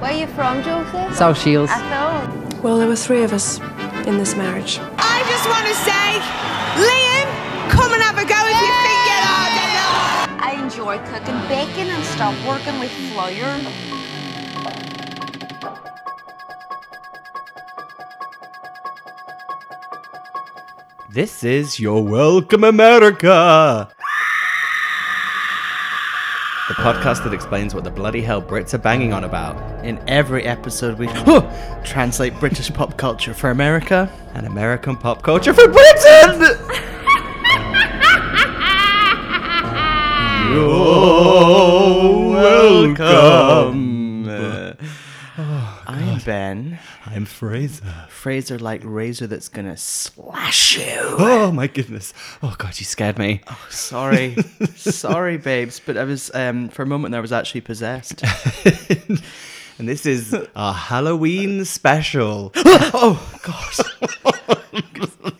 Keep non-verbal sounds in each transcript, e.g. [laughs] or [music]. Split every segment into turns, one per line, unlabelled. Where are you from, Joseph?
South Shields.
Atho.
Well, there were three of us in this marriage.
I just want to say, Liam, come and have a go if you think you're hard enough.
I enjoy cooking bacon and stop working with flour.
This is your Welcome America! The podcast that explains what the bloody hell Brits are banging on about.
In every episode, we translate British pop culture for America.
And American pop culture for [laughs] Britain! You're welcome!
I'm Ben
I'm Fraser.
Fraser, like razor that's gonna slash you.
Oh my goodness. Oh god, you scared me.
Oh. Sorry, sorry, babes, but I was um, for a moment there I was actually possessed.
[laughs] and this is our Halloween special.
[gasps]
Oh,
oh God!
[laughs]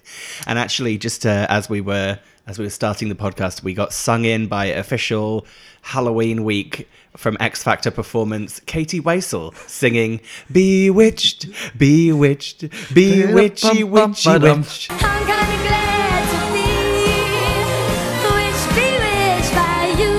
And actually, just uh, as we were as we were starting the podcast, we got sung in by official Halloween week from X Factor performance Katie Wasel singing "Bewitched, Bewitched, Bewitchy Witchy Witch."
I'm kinda glad to be bewitched, bewitched by you.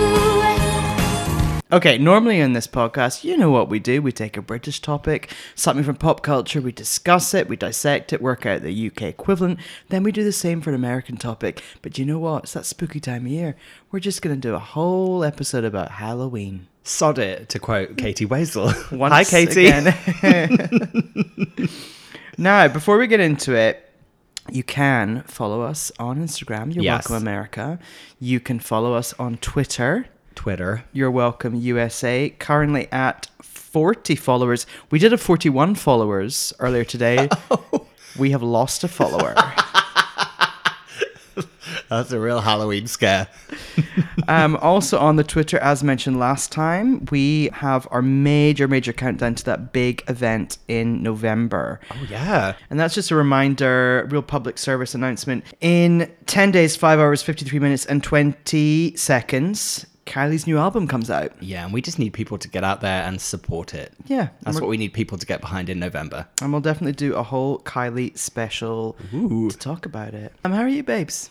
Okay, normally in this podcast, you know what we do. We take a British topic, something from pop culture, we discuss it, we dissect it, work out the UK equivalent, then we do the same for an American topic. But you know what? It's that spooky time of year. We're just going to do a whole episode about Halloween.
Sod it, to quote Katie Wasel.
Once
Hi, Katie. [laughs]
[laughs] again. now, before we get into it, you can follow us on Instagram. You're
Yes.
welcome, America. You can follow us on Twitter.
Twitter.
You're welcome, USA. Currently at 40 followers. We did have 41 followers earlier
[laughs]
today.
Oh.
We have lost a follower.
That's a real Halloween scare.
um, also on the Twitter, as mentioned last time, we have our major, major countdown to that big event in November.
Oh yeah.
And that's just a reminder, real public service announcement. In 10 days, 5 hours, 53 minutes, and 20 seconds, Kylie's new album comes out.
Yeah, and we just need people to get out there and support it.
Yeah.
That's
And
what we need people to get behind in November.
And we'll definitely do a whole Kylie special to talk about it. Um, how are you, babes?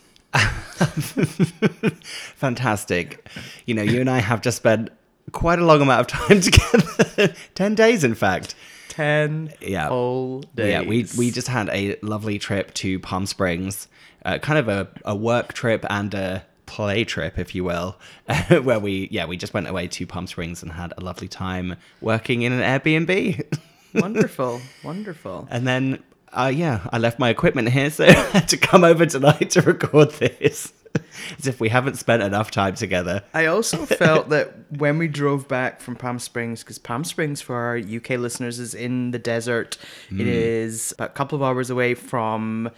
[laughs] Fantastic. You know, you and I have just spent quite a long amount of time [laughs] together. 10 days, in fact.
10
Yeah.
whole days.
Yeah, we, we just had a lovely trip to Palm Springs, uh, kind of a, a work trip and a play trip, if you will, [laughs] where we, yeah, we just went away to Palm Springs and had a lovely time working in an Airbnb. [laughs]
Wonderful. Wonderful.
and then, uh, yeah, I left my equipment here, so [laughs] I had to come over tonight to record this. [laughs] As if we haven't spent enough time together.
I
[laughs]
also felt that when we drove back from Palm Springs, because Palm Springs for our UK listeners is in the desert,
Hmm.
it is about a couple of hours away from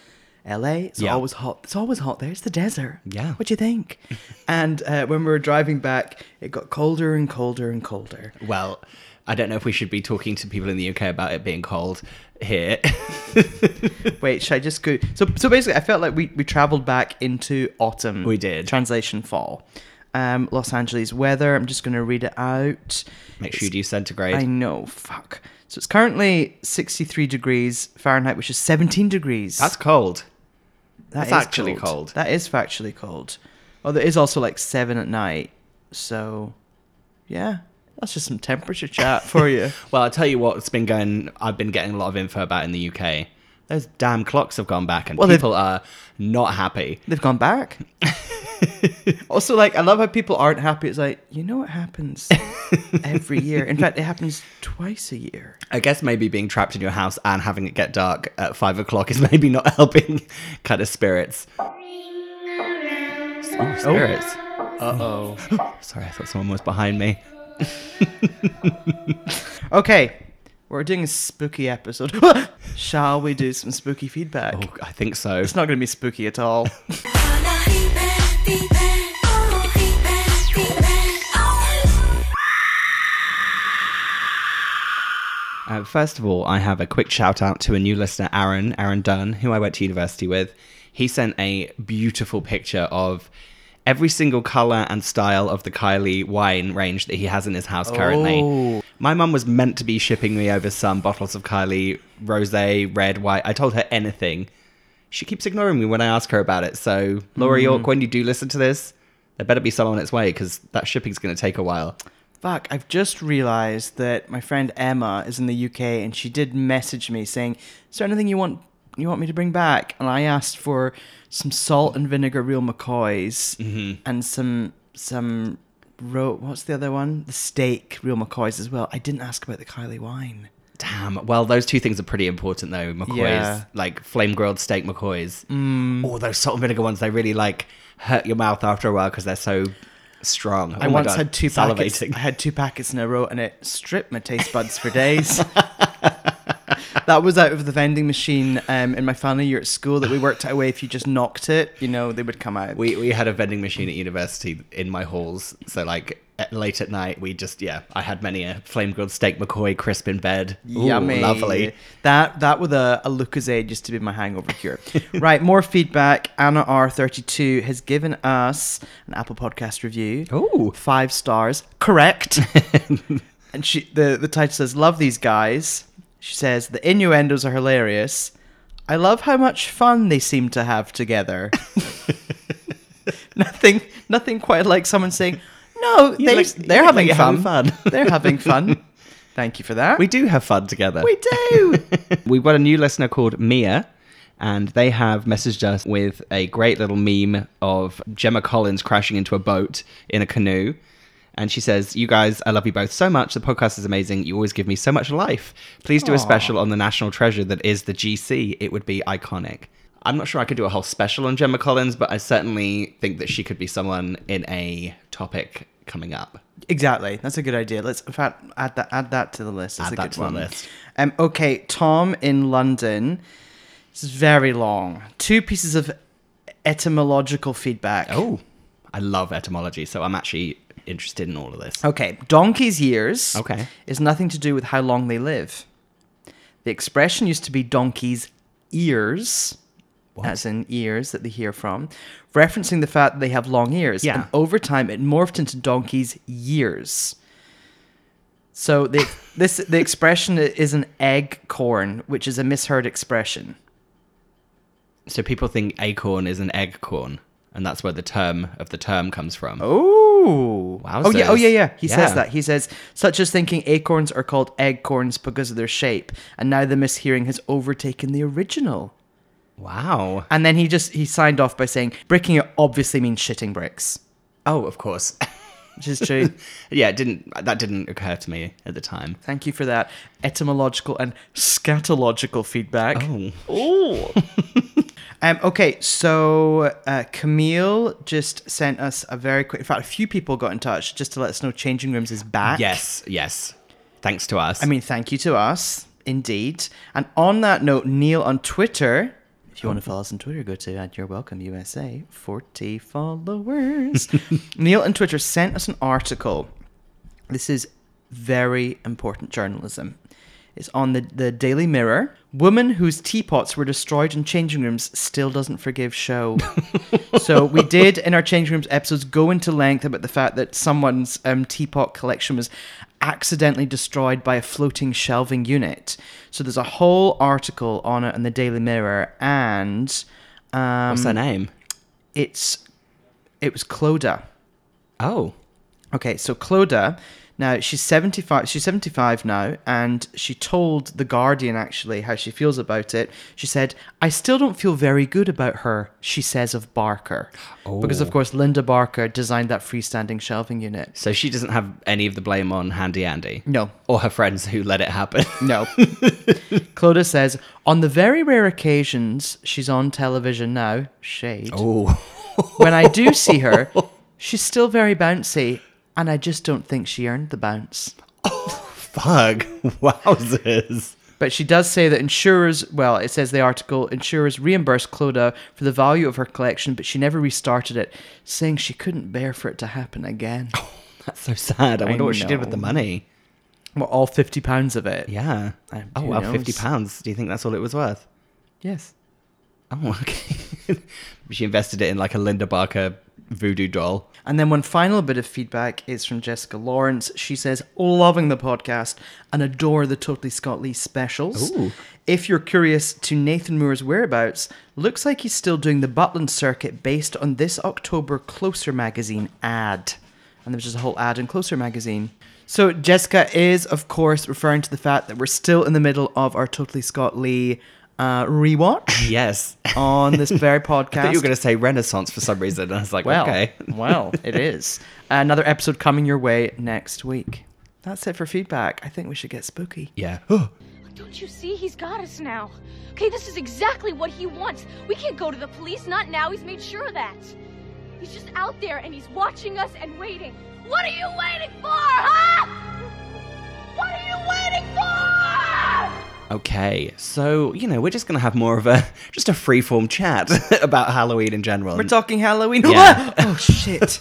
LA. It's
Yeah.
always hot. It's always hot there. It's the desert.
Yeah.
What do you
[laughs]
think? and uh, when we were driving back, it got colder and colder and colder.
Well, I don't know if we should be talking to people in the UK about it being cold here. [laughs]
Wait, should I just go? So, so basically, I felt like we, we traveled back into autumn.
We did.
Translation fall. Um, Los Angeles weather. I'm just going to read it out.
Make sure you do centigrade.
I know. Fuck. So it's currently 63 degrees Fahrenheit, which is 17 degrees.
That's cold.
That
that's
is
actually cold.
That is factually cold. Oh, there is also like seven at night. So, yeah, that's just some temperature chat for you.
[laughs] Well, I'll tell you what's been going I've been getting a lot of info about in the UK. Those damn clocks have gone back and
Well, they've-
people are not happy.
They've gone
[laughs]
back. also, like, I love how people aren't happy. It's like, you know what happens every year. In fact, it happens twice a year.
I guess maybe being trapped in your house and having it get dark at five o'clock is [laughs] maybe not helping [laughs] kind of spirits. Oh, spirits.
Uh oh.
[gasps] Sorry, I thought someone was behind me.
Okay, we're doing a spooky episode. [laughs] Shall we do some spooky feedback?
Oh, I think so.
It's not going to be spooky at all.
Uh, first of all, I have a quick shout out to a new listener, Aaron, Aaron Dunn, who I went to university with. He sent a beautiful picture of every single color and style of the Kylie wine range that he has in his house currently. My mum was meant to be shipping me over some bottles of Kylie rose, red, white. I told her anything. She keeps ignoring me when I ask her about it. So, Laura York, when you do listen to this, there better be some on its way because that shipping's going to take a while.
Fuck, I've just realized that my friend Emma is in the UK and she did message me saying, Is there anything you want you want me to bring back? And I asked for some salt and vinegar real McCoys and some some ro- what's the other one? The steak real McCoys as well. I didn't ask about the Kylie wine.
Damn. Well, those two things are pretty important though. McCoy's
Yeah.
like flame grilled steak McCoy's. Mm. Or those salt and vinegar ones. They really like hurt your mouth after a while because they're so strong.
I
Oh my
once
God,
had two packets.
salivating.
I had two packets in a row, and it stripped my taste buds for days.
[laughs]
that was out of the vending machine um, in my family year at school that we worked out a way. If you just knocked it, you know, they would come out.
We we had a vending machine at university in my halls. So like at- late at night, we just yeah. I had many a flame grilled steak McCoy crisp in bed. Ooh,
Yummy,
lovely.
That that with a, a Lucozade used to be my hangover cure. [laughs] right, more feedback. Anna R32 has given us an Apple Podcast review.
Ooh.
five stars.
[laughs]
Correct. and she the, the title says, Love these guys. She says, The innuendos are hilarious. I love how much fun they seem to have
[laughs]
together. nothing nothing quite like someone saying, No, they,
like- you
they're
look like
having
you're
fun.
having fun.
they're
[laughs]
having fun. Thank you for that.
We do have fun together.
we do.
[laughs] We've got a new listener called Mia, and they have messaged us with a great little meme of Gemma Collins crashing into a boat in a canoe. And she says, You guys, I love you both so much. The podcast is amazing. You always give me so much life. Please do a special on the national treasure that is the GC. It would be iconic. I'm not sure I could do a whole special on Gemma Collins, but I certainly think that she could be someone in a topic coming up.
[laughs] Exactly. That's a good idea. Let's in fact add that add that to the list. That's
Add
a
that
good
to the
one.
list.
Um, okay, Tom in London. This is very long. Two pieces of etymological feedback.
Oh, I love etymology, so I'm actually interested in all of this.
Okay. Donkey's years
Okay.
is nothing to do with how long they live. The expression used to be donkey's ears. As in ears that they hear from, referencing the fact that they have long ears.
Yeah.
And over time, it morphed into donkey's years. So the this the expression is an egg corn, which is a misheard expression.
So people think acorn is an egg corn, and that's where the term of the term comes from.
Oh, Oh yeah, oh
Wowzers.
yeah, yeah. He says
Yeah.
that. He says such as thinking acorns are called acorns because of their shape, and now the mishearing has overtaken the original.
Wow.
And then he just he signed off by saying bricking it obviously means shitting bricks,
Oh, of course. [laughs]
which is true.
yeah, it didn't that didn't occur to me at the time.
Thank you for that etymological and scatological feedback.
Oh. [laughs]
Um, okay, so uh, Camille just sent us a very quick. In fact, a few people got in touch just to let us know Changing Rooms is back.
Yes, yes. Thanks to us.
I mean, thank you to us, indeed. And on that note, Neil on Twitter. If you want to follow us on Twitter, go to at You're Welcome USA. 40 followers. [laughs] Neil on Twitter sent us an article. This is very important journalism. It's on the, the Daily Mirror. Woman whose teapots were destroyed in changing rooms still doesn't forgive show. so we did in our changing rooms episodes go into length about the fact that someone's um, teapot collection was accidentally destroyed by a floating shelving unit. So there's a whole article on it in the Daily Mirror, and um,
What's her name?
it's it was Cloda.
Oh.
Okay, so Cloda, now she's 75, she's 75 now, and she told The Guardian actually how she feels about it. She said, I still don't feel very good about her, she says of Barker. Because, of course, Linda Barker designed that freestanding shelving unit.
So she doesn't have any of the blame on Handy Andy.
No.
Or her friends who let it happen. [laughs]
No. Cloda says, on the very rare occasions she's on television now, shade,
Oh.
when I do see her, she's still very bouncy, and I just don't think she earned the bounce.
Fuck. Wowzers.
But she does say that insurers, well, it says the article, insurers reimbursed Cloda for the value of her collection, but she never restarted it, saying she couldn't bear for it to happen again.
That's so sad. I wonder what she did with
know.
the money.
Well, all £50 of it.
Yeah.
Um,
oh
who
well,
knows?
fifty pounds. Do you think that's all it was worth?
Yes.
[laughs] Oh, okay. she invested it in like a Linda Barker voodoo doll.
And then one final bit of feedback is from Jessica Lawrence. She says, loving the podcast and adore the Totally Scott Lee specials.
Ooh.
If you're curious to Nathan Moore's whereabouts, looks like he's still doing the Butland circuit based on this October Closer magazine ad. And there's just a whole ad in Closer magazine. So Jessica is, of course, referring to the fact that we're still in the middle of our Totally Scott Lee
[laughs]
uh, rewatch
Yes.
on this very podcast.
I thought you were going to say Renaissance for some reason. I was like,
Well,
okay. [laughs]
[laughs] well, it is. Another episode coming your way next week. That's it for feedback. I think we should get spooky.
Yeah. [gasps]
Don't you see? He's got us now. Okay, this is exactly what he wants. We can't go to the police. Not now. He's made sure of that. He's just out there and he's watching us and waiting. What are you waiting for, huh? What are you waiting for?
Okay, so you know we're just gonna have more of a [laughs] just a freeform chat [laughs] about Halloween in general.
We're talking Halloween.
Yeah.
[laughs] oh shit!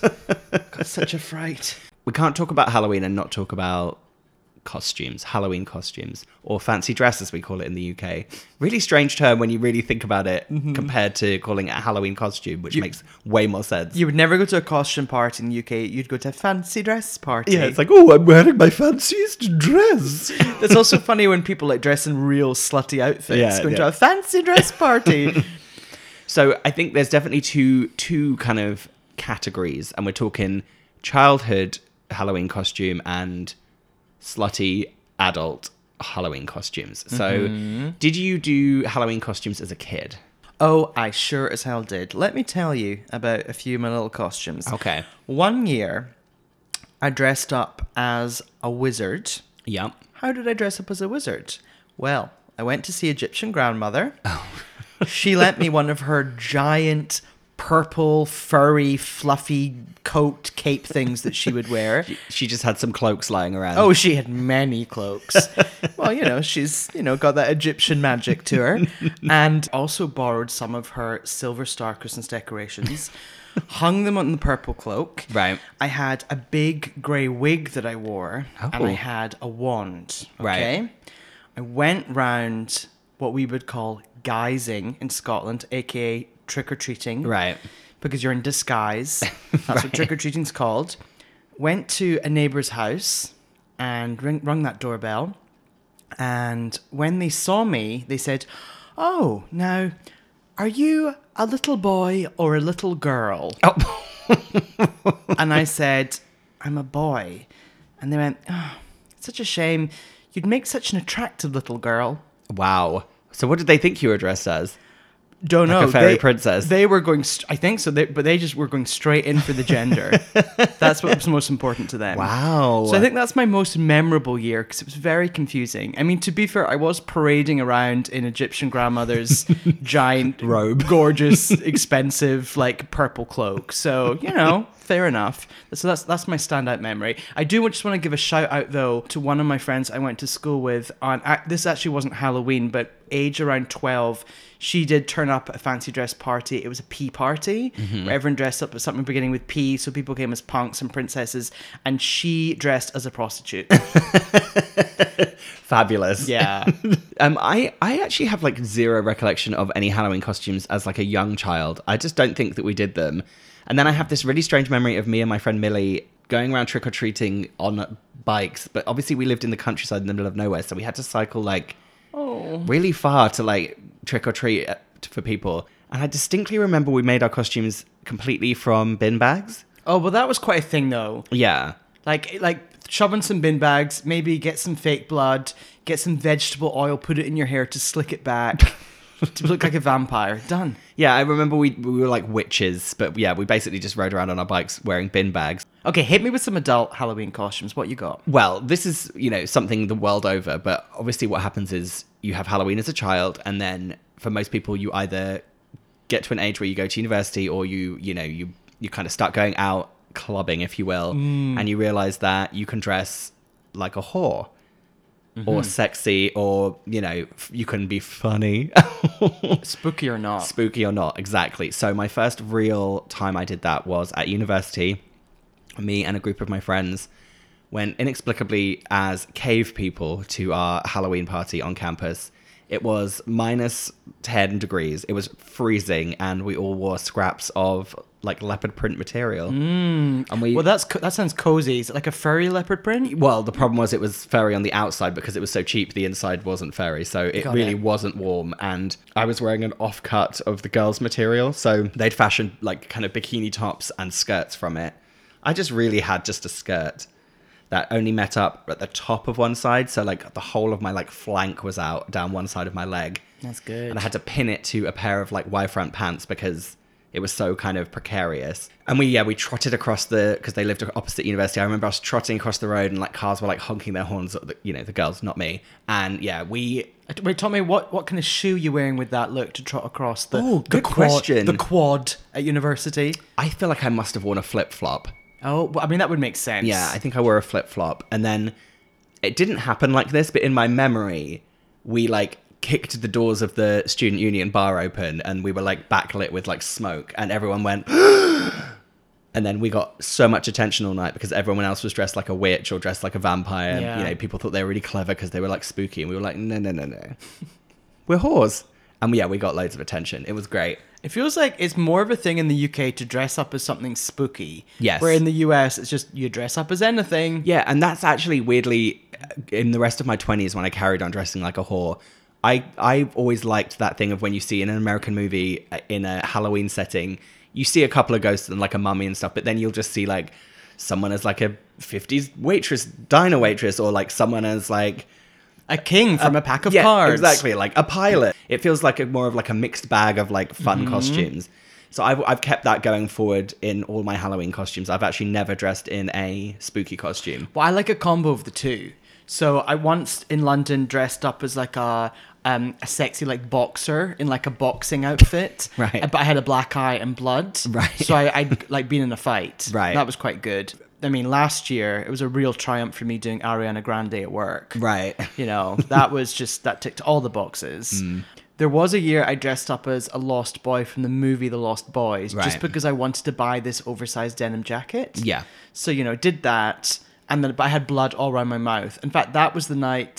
Got such a fright.
we can't talk about Halloween and not talk about costumes, Halloween costumes, or fancy dress as we call it in the UK. Really strange term when you really think about it
Mm-hmm.
compared to calling it a Halloween costume, which makes way more sense.
You would never go to a costume party in the UK. You'd go to a fancy dress party.
yeah, it's
[laughs]
like, oh, I'm wearing my fanciest [laughs] dress.
It's also funny when people like dress in real slutty outfits,
Yeah,
going to
yeah.
a fancy [laughs] dress party.
So I think there's definitely two two kind of categories, and we're talking childhood Halloween costume and slutty adult Halloween costumes. So did you do Halloween costumes as a kid?
Oh, I sure as hell did. Let me tell you about a few of my little costumes.
Okay.
One year, I dressed up as a wizard.
Yeah.
How did I dress up as a wizard? Well, I went to see Egyptian grandmother. she lent me one of her giant purple, furry, fluffy coat cape things that she would
[laughs]
wear.
She just had some cloaks lying around. [laughs]
Oh, she had many cloaks. well, you know, she's, you know, got that Egyptian magic to her. And also borrowed some of her silver star Christmas decorations,
[laughs]
hung them on the purple cloak.
Right.
I had a big grey wig that I wore, and I
Oh.
had a wand.
Right.
Okay. I went round what we would call guising in Scotland, aka trick or treating
Right.
because you're in disguise. That's what trick or treating's called. Went to a neighbor's house and ring, rung that doorbell. And when they saw me, they said, Oh, now, are you a little boy or a little girl?
Oh.
and I said, I'm a boy. And they went, Oh, it's such a shame. You'd make such an attractive little girl.
Wow. So what did they think you were dressed as?
Don't
Like a
know.
fairy
they,
princess.
They were going. St- I think so. They, but they just were going straight in for
[laughs]
the gender. that's what was most important to them.
Wow.
So I think that's my most memorable year because it was very confusing. I mean, to be fair, I was parading around in
[laughs]
Egyptian grandmother's giant
Robe. [laughs]
gorgeous, expensive, like purple cloak. So
[laughs]
you know, fair enough. So that's that's my standout memory. I do just want to give a shout out though to one of my friends I went to school with. On uh, this actually wasn't Halloween, but age around twelve. She did turn up at a fancy dress party. It was a pea party where everyone dressed up as something beginning with P. So people came as punks and princesses, and she dressed as a prostitute.
Fabulous.
Yeah.
Um, I, I actually have like zero recollection of any Halloween costumes as like a young child. I just don't think that we did them. And then I have this really strange memory of me and my friend Millie going around trick or treating on bikes. But obviously, we lived in the countryside in the middle of nowhere, so we had to cycle like really far to like trick or treat uh, t- for people. And I distinctly remember we made our costumes completely from bin bags.
oh well, that was quite a thing though.
Yeah.
Like like shoving some bin bags, maybe get some fake blood, get some vegetable oil, put it in your hair to slick it back to look like a vampire. Done.
Yeah, I remember we, we were like witches, but yeah, we basically just rode around on our bikes wearing bin bags.
Okay, hit me with some adult Halloween costumes. What you got?
well, this is, you know, something the world over, but obviously what happens is you have Halloween as a child and then for most people you either get to an age where you go to university or you, you know, you you kind of start going out clubbing if you will and you realize that you can dress like a whore or sexy or, you know, f- you can be funny [laughs]
Spooky or not?
spooky or not exactly so my first real time i did that was at university me and a group of my friends went inexplicably as cave people to our halloween party on campus it was minus 10 degrees it was freezing and we all wore scraps of like leopard print material. And we
Well, that's co- that sounds cozy. Is it like a furry leopard print?
well, the problem was it was furry on the outside because it was so cheap. The inside wasn't furry, so it
Got
really
it.
wasn't warm. And I was wearing an offcut of the girls' material, so they'd fashioned like kind of bikini tops and skirts from it. I just really had just a skirt that only met up at the top of one side, so like the whole of my like flank was out down one side of my leg.
That's good.
And I had to pin it to a pair of like Y front pants because it was so kind of precarious. And we, yeah, we trotted across the, because they lived opposite university. I remember I was trotting across the road and like cars were like honking their horns at the, you know, the girls, not me. And yeah, we,
Uh, Wait, Tommy, what, what kind of shoe you wearing with that look to trot across the,
Oh,
the
good
quad,
question.
the quad at university?
I feel like I must have worn a flip flop.
Oh, well, I mean, that would make sense.
Yeah, I think I wore a flip flop. And then it didn't happen like this, but in my memory, we like kicked the doors of the student union bar open and we were like backlit with like smoke and everyone went [gasps] and then we got so much attention all night because everyone else was dressed like a witch or dressed like a vampire and you
Yeah.
know people thought they were really clever because they were like spooky and we were like no no no no [laughs] we're whores and yeah we got loads of attention it was great
It feels like it's more of a thing in the UK to dress up as something spooky.
Yes.
Where in the US, it's just you dress up as anything.
Yeah, and that's actually weirdly uh, in the rest of my 20s when I carried on dressing like a whore. I I've always liked that thing of when you see in an American movie uh, in a Halloween setting, you see a couple of ghosts and like a mummy and stuff, but then you'll just see like someone as like a 50s waitress, diner waitress or like someone as like
A king from a pack of
Uh, yeah,
cards.
Exactly, like a pilot. It feels like a more of like a mixed bag of like fun
Mm-hmm.
costumes. So I've I've kept that going forward in all my Halloween costumes. I've actually never dressed in a spooky costume.
Well, I like a combo of the two. So I once in London dressed up as like a um, a sexy like boxer in like a boxing outfit,
[laughs] Right.
But I had a black eye and blood,
Right.
So I I'd like been in a fight,
Right.
That was quite good. I mean, last year it was a real triumph for me doing Ariana Grande at work,
Right.
You know, that was just that ticked all the boxes.
Hmm.
There was a year I dressed up as a lost boy from the movie The Lost Boys,
Right.
just because I wanted to buy this oversized denim jacket.
Yeah.
So you know, did that, and then but I had blood all around my mouth. In fact, that was the night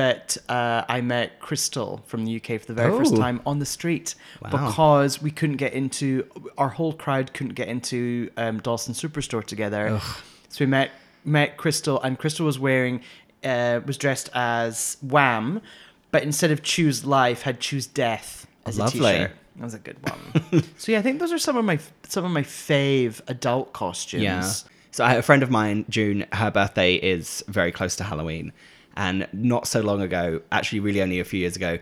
that uh, I met Crystal from the UK for the very first
Oh.
time on the street because we couldn't get into our whole crowd couldn't get into um, Dawson Superstore together. So we met met Crystal, and Crystal was wearing uh, was dressed as Wham, but instead of choose life, had choose death as
Lovely.
a t-shirt. That was a good [laughs] one. so yeah, I think those are some of my some of my fave adult costumes.
Yeah. So I, a friend of mine, June, her birthday is very close to Halloween, and not so long ago, actually, really only a few years ago,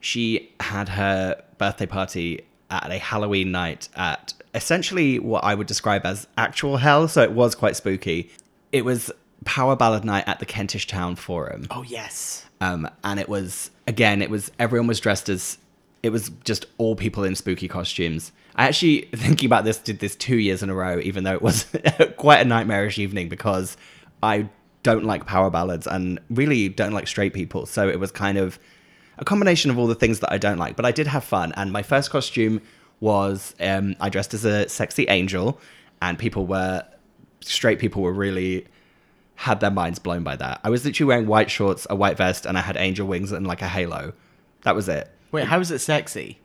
she had her birthday party at a Halloween night at essentially what I would describe as actual hell. So it was quite spooky. It was power ballad night at the Kentish Town Forum.
Oh yes.
um, and it was again it was everyone was dressed as it was just all people in spooky costumes i actually [laughs] thinking about this did this two years in a row even though it was [laughs] quite a nightmarish evening because i don't like power ballads and really don't like straight people so it was kind of a combination of all the things that i don't like but i did have fun and my first costume was um, i dressed as a sexy angel and people were straight people were really had their minds blown by that. I was literally wearing white shorts, a white vest, and I had angel wings and like a halo. That was it.
Wait, how is it sexy?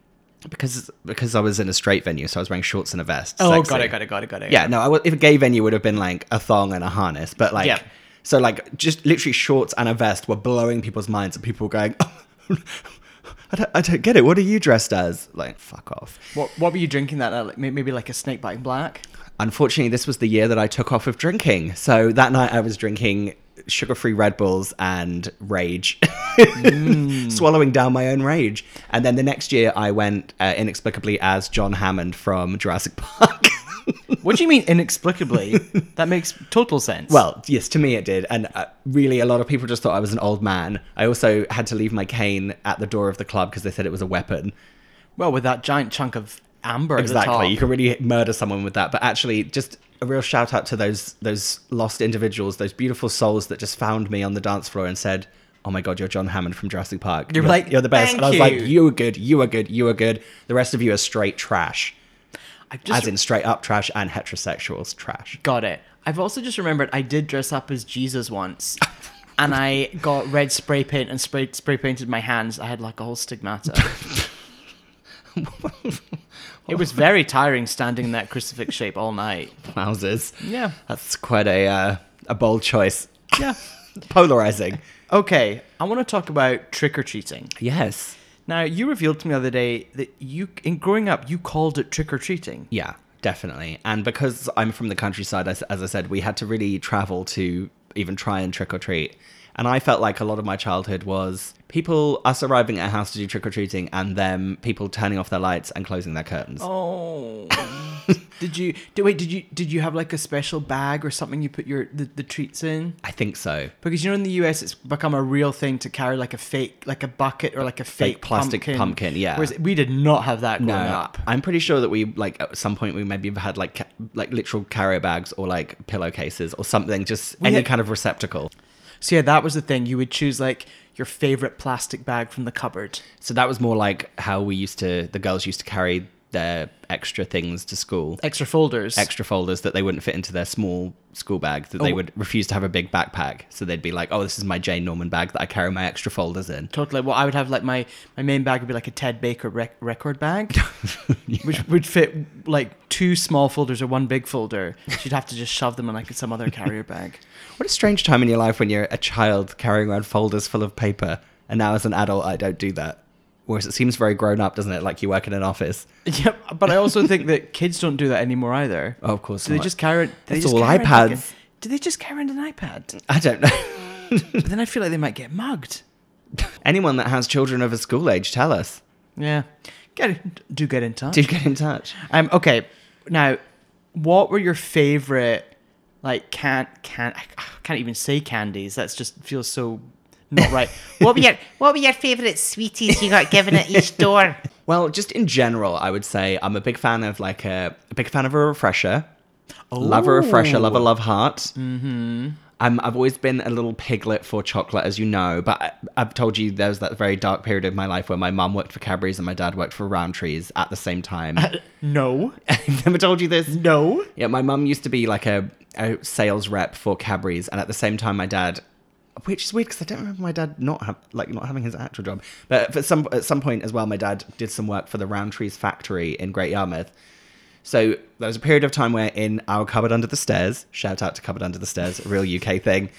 Because because I was in a straight venue, so I was wearing shorts and a vest.
Oh,
Sexy.
got it, got it, got it, got it.
Yeah, no, I was, if a gay venue would have been like a thong and a harness, but like
Yeah.
so like just literally shorts and a vest were blowing people's minds, and people were going. [laughs] I don't, I don't get it. What are you dressed as? Like, fuck off.
What, what were you drinking that night? Like, may- maybe like a snake bite black?
Unfortunately, this was the year that I took off of drinking. So that night I was drinking sugar free Red Bulls and rage, [laughs] swallowing down my own rage. And then the next year I went uh, inexplicably as John Hammond from Jurassic [laughs] Park.
What do you mean
[laughs]
inexplicably? that makes total sense.
well, yes, to me it did. And uh, really, a lot of people just thought I was an old man. I also had to leave my cane at the door of the club because they said it was a weapon.
well, with that giant chunk of amber
Exactly.
at the top.
You can really murder someone with that. But actually, just a real shout out to those those lost individuals, those beautiful souls that just found me on the dance floor and said, "Oh my God, you're John Hammond from Jurassic Park.
You were like,
you're the best."
"Thank
and I was like,
you."
"You are good. You are good. You are good. The rest of you are straight trash,
I've just
as in straight up trash and heterosexuals trash."
[laughs] got it. I've also just remembered I did dress up as Jesus
[laughs]
once. And I
[laughs]
got red spray paint and spray spray painted my hands. I had like a whole stigmata. It was very tiring standing in that crucifix shape all night.
[laughs] Wowzers.
Yeah.
That's quite a uh, a bold choice.
Yeah.
[laughs] Polarizing.
Okay, I want to talk about trick or treating.
Yes.
Now, you revealed to me the other day that you, in growing up, you called it trick or treating.
Yeah, definitely. And because I'm from the countryside, as, as I said, we had to really travel to even try and trick or treat. And I felt like a lot of my childhood was people us arriving at a house to do trick or treating, and them people turning off their lights and closing their curtains.
Oh. did you did, wait? Did you did you have like a special bag or something you put your the, the treats in?
I think so.
Because you know in the US it's become a real thing to carry like a fake like a bucket or like a fake,
plastic pumpkin, yeah.
Whereas we did not have that growing
No,
up.
I'm pretty sure that we like at some point we maybe had like ca- like literal carrier bags or like pillowcases or something, just any
had-
kind of receptacle.
So yeah, that was the thing. You would choose like your favorite plastic bag from the cupboard.
So that was more like how we used to the girls used to carry their extra things to school.
Extra folders.
extra folders that they wouldn't fit into their small school bag that they
Oh.
would refuse to have a big backpack so they'd be like oh this is my jane norman bag that i carry my extra folders in
Totally. Well, I would have like my my main bag would be like a Ted Baker rec-
[laughs]
record bag, which would fit like two small folders or one big folder. She'd have to just shove them in like some other carrier bag.
what a strange time in your life when you're a child carrying around folders full of paper and now as an adult i don't do that whereas it seems very grown up doesn't it like you work in an office
[laughs] Yep. But I also think that kids don't do that anymore either.
Oh, [laughs] of course
Do they
not.
just carry? do they
It's
just
all
carry around, like,
iPads.
a- do they just carry around an iPad?
i don't know [laughs]
But then I feel like they might get mugged.
anyone that has children over school age tell us
Yeah. Get do get in touch.
do get in touch
Um, okay, now, what were your favorite? Like can't can't I can't even say candies. That's just feels so
[laughs]
not right. what were your
What were your favourite sweeties you got given at each door?
well just in general i would say i'm a big fan of like a, a big fan of a refresher Love a refresher, love a love heart. Mm-hmm. Um, I've always been a little piglet for chocolate, as you know, but I, I've told you there was that very dark period of my life where my mum worked for Cadbury's and my dad worked for Roundtree's at the same time.
no
I've never told you this.
no?
Yeah, my mum used to be like a, a sales rep for Cadbury's, and at the same time, my dad, which is weird because I don't remember my dad not have, like not having his actual job, but for some at some point as well, my dad did some work for the Roundtree's factory in Great Yarmouth. So there was a period of time where in our cupboard under the stairs, shout out to cupboard under the stairs, a real UK thing.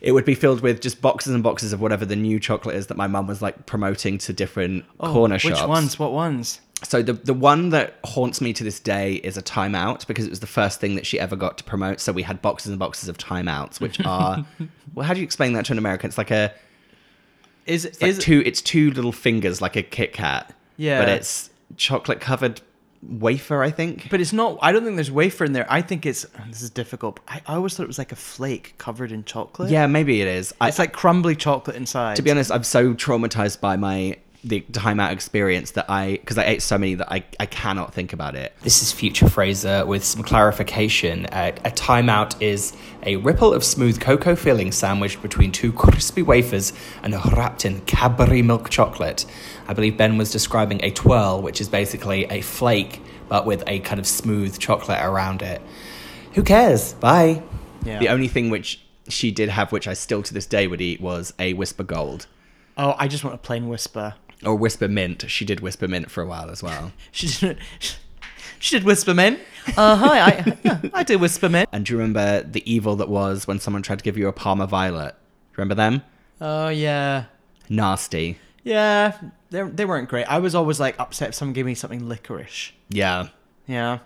It would be filled with just boxes and boxes of whatever the new chocolate is that my mum was like promoting to different corner shops.
Oh, Which ones? What ones?
So the the one that haunts me to this day is a timeout because it was the first thing that she ever got to promote. So we had boxes and boxes of timeouts, which
[laughs]
are well, how do you explain that to an American? It's like a
Is
it's like
is
two it's two little fingers like a Kit Kat.
Yeah.
but it's chocolate covered wafer, I think.
But it's not. I don't think there's wafer in there. I think it's. This is difficult. I, I always thought it was like a flake covered in chocolate.
yeah, maybe it is. I,
it's like crumbly chocolate inside.
to be honest, I'm so traumatized by my the timeout experience that I because I ate so many that I I cannot think about it.
This is Future Fraser with some clarification. Uh, a timeout is a ripple of smooth cocoa filling sandwiched between two crispy wafers and wrapped in Cadbury milk chocolate. I believe Ben was describing a twirl, which is basically a flake but with a kind of smooth chocolate around it. Who cares? Bye.
Yeah.
The only thing which she did have, which I still to this day would eat, was a Whisper Gold
oh, I just want a plain whisper. [laughs]
or Whisper Mint. She did Whisper Mint for a while as well.
She did. She did whisper men. Uh, hi, I, [laughs] yeah, I do whisper men.
and do you remember the evil that was when someone tried to give you a Palmer Violet? Remember them?
Oh yeah,
Nasty.
yeah. They they weren't great. I was always like upset if someone gave me something licorice.
Yeah.
Yeah,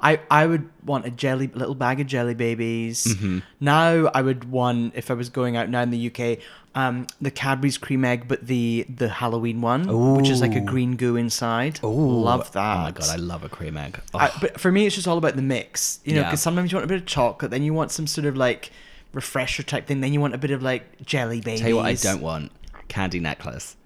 I I would want a jelly little bag of jelly babies.
Mm-hmm.
Now I would want if I was going out now in the UK, um, the Cadbury's cream egg, but the the Halloween one, which is like a green goo inside. Oh, love that.
Oh my god, I love a cream egg. Oh,
I, but for me, it's just all about the mix, you know,
Yeah.
because sometimes you want a bit of chocolate, then you want some sort of like refresher type thing, then you want a bit of like jelly babies.
tell you what, I don't want candy necklace.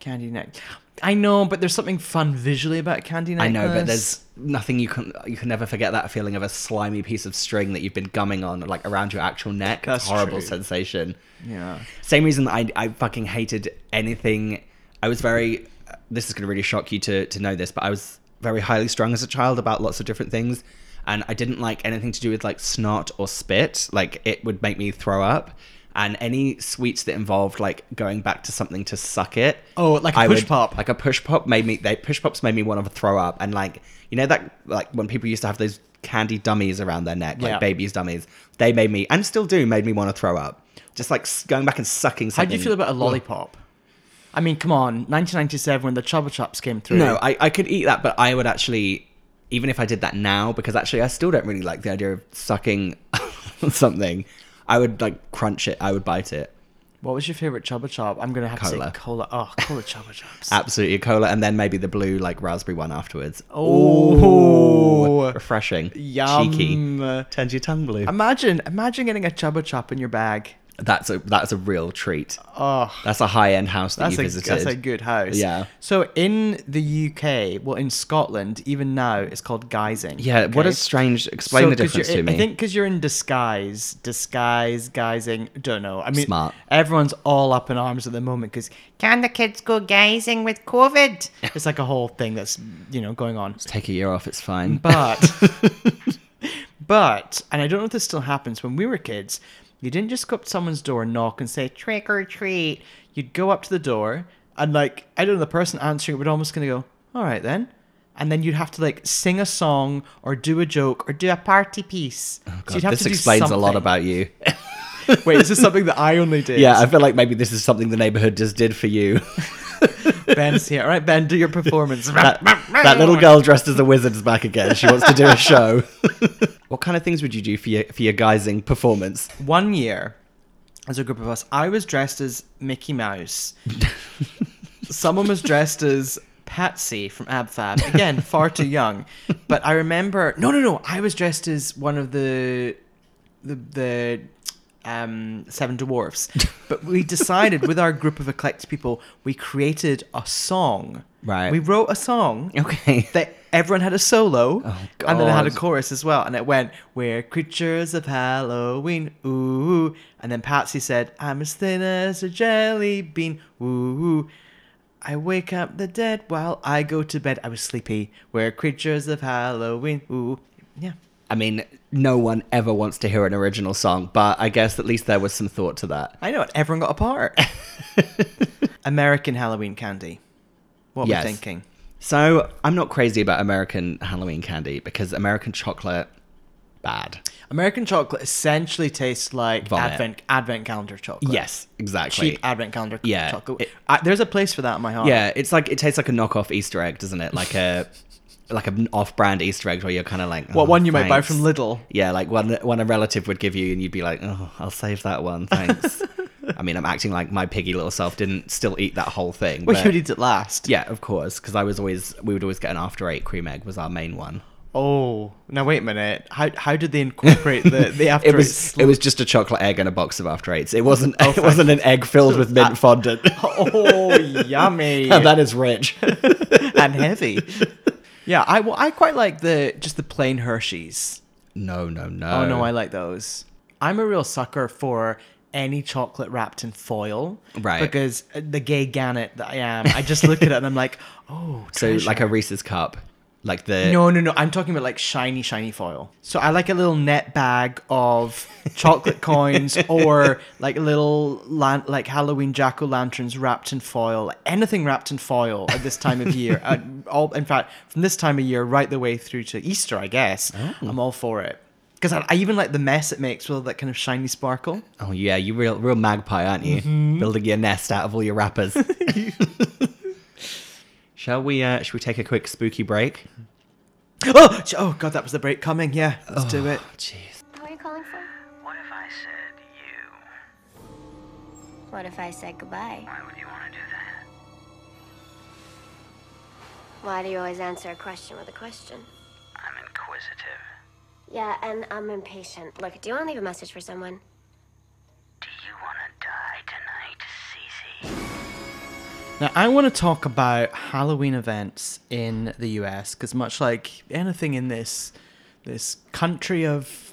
Candy neck. I know, but there's something fun visually about a candy
I
necklace.
know, but there's nothing you can you can never forget that feeling of a slimy piece of string that you've been gumming on like around your actual neck. It's
That's
a horrible
true.
sensation.
Yeah.
Same reason that I, I fucking hated anything. I was very. This is going to really shock you to to know this, but I was very highly strung as a child about lots of different things, and I didn't like anything to do with like snot or spit. Like it would make me throw up. and any sweets that involved like going back to something to suck it.
Oh, like a
I
push
would-
pop.
Like a push pop made me. They push pops made me want to throw up. And like you know that like when people used to have those candy dummies around their neck, like
Yeah.
babies dummies. They made me and still do made me want to throw up. Just like s- going back and sucking.
How
something.
do you feel about a lollipop? I mean, come on, 1997 when the Chubba Chups came through.
No, I, I could eat that, but I would actually, even if I did that now, because actually I still don't really like the idea of sucking [laughs] something. I would like crunch it. I would bite it.
What was your favorite Chubba Chop? I'm gonna have to say
Cola.
cola. Oh, cola Chubba Chups.
[laughs] Absolutely, a cola, and then maybe the blue like raspberry one afterwards.
Oh.
Ooh, refreshing,
Yum.
cheeky, turns your tongue blue.
Imagine, imagine getting a Chubba Chup in your bag.
that's a that's a real treat.
Oh,
That's a high end house that
that's
you
a
visited.
that's a good house.
Yeah.
So in the UK, well, in Scotland, even now, it's called guising.
yeah, what
okay?
a strange. Explain
So
the
'cause
difference
you're-
to me.
I think because you're in disguise, disguise, guising. Don't know. I mean,
Smart.
Everyone's all up in arms at the moment because
Can the kids go gazing with COVID?
[laughs] it's like a whole thing that's you know going on.
Take a year off, it's fine.
[laughs] But,
[laughs]
but, and I don't know if this still happens. When we were kids, you didn't just go up to someone's door and knock and say trick or treat. You'd go up to the door and like I don't know, the person answering would almost gonna go, all right then. And then you'd have to like sing a song or do a joke or do a party piece. Oh,
God, this explains a lot about you.
[laughs] Wait, this is something that
[laughs]
I only did.
Yeah, I feel like maybe this is something the neighborhood just did for
[laughs]
you.
Ben's here. All right, Ben, do your
[laughs]
performance.
that, that little girl dressed as a wizard is back again. She wants to do a show. [laughs] what kind of things would you do for your for your guising performance?
one year as a group of us i was dressed as mickey
[laughs]
mouse someone was dressed as patsy from abfab again far too young but i remember no no no i was dressed as one of the the the um,
[laughs]
seven dwarfs but we decided with our group of eclectic people we created a song
Right.
we wrote a song
Okay.
that everyone had a solo,
Oh,
and then it had a
God.
chorus as well, and it went, "We're creatures of Halloween, ooh," and then Patsy said, "I'm as thin as a jelly bean, ooh." I wake up the dead while I go to bed. I was sleepy. We're creatures of Halloween, ooh. Yeah.
I mean, no one ever wants to hear an original song, but I guess at least there was some thought to that.
I know it. Everyone got
[laughs]
a part. American Halloween candy. What
Yes.
we're thinking.
So I'm not crazy about American Halloween candy because American chocolate, bad.
American chocolate essentially tastes like
Vomit.
advent advent calendar chocolate.
Yes, exactly.
cheap advent calendar
Yeah,
chocolate.
it-
I, there's a place for that in my heart.
Yeah, it's like it tastes like a knockoff Easter egg, doesn't it? Like a [laughs] like an off-brand Easter egg where you're kind of like,
What
"Oh,
one you might buy
thanks."
from Lidl.
Yeah, like one one a relative would give you, and you'd be like, oh, I'll save that one,
[laughs]
thanks. I mean, I'm acting like my piggy little self didn't still eat that whole thing.
Well,
but-
you would eat it last.
yeah, of course, because I was always we would always get an after eight cream egg was our main one.
Oh, now wait a minute. How how did they incorporate the [laughs] the after
It was
eights?
it was just a chocolate egg and a box of after eights. It
[laughs]
wasn't [laughs] it wasn't an egg filled with mint fondant. [laughs]
Oh, yummy
And that is rich.
and heavy. [laughs] Yeah, I well, I quite like the just the plain Hershey's.
No, no, no.
Oh no, I like those. I'm a real sucker for any chocolate wrapped in foil,
Right.
Because uh, the gay gannet that I am, I just look at it and I'm [laughs] like, oh,
so
treasure.
like a Reese's cup, like the
No, no, no. I'm talking about like shiny, shiny foil. So I like a little net bag of chocolate coins or like little lan- like Halloween jack o' lanterns wrapped in foil. Anything wrapped in foil at this time of year. Uh, all in fact, from this time of year right the way through to Easter, I guess. I'm all for it because I, I even like the mess it makes with all that kind of shiny sparkle.
Oh yeah, you real real magpie, aren't you?
Mm-hmm.
Building your nest out of all your
[laughs]
wrappers. [laughs] shall we? Uh, shall we take a quick spooky break?
Oh, sh- oh God, that was the break coming. Yeah, let's do it.
Jeez.
Who are you calling for?
What if I said you?
What if I said goodbye?
Why would you want to do that?
Why do you always answer a question with a question?
I'm inquisitive.
Yeah, and I'm impatient. Look, do you want to leave a message for someone?
Do you want to die tonight, Cece?
Now, I want to talk about Halloween events in the US because, much like anything in this this
[laughs]
country of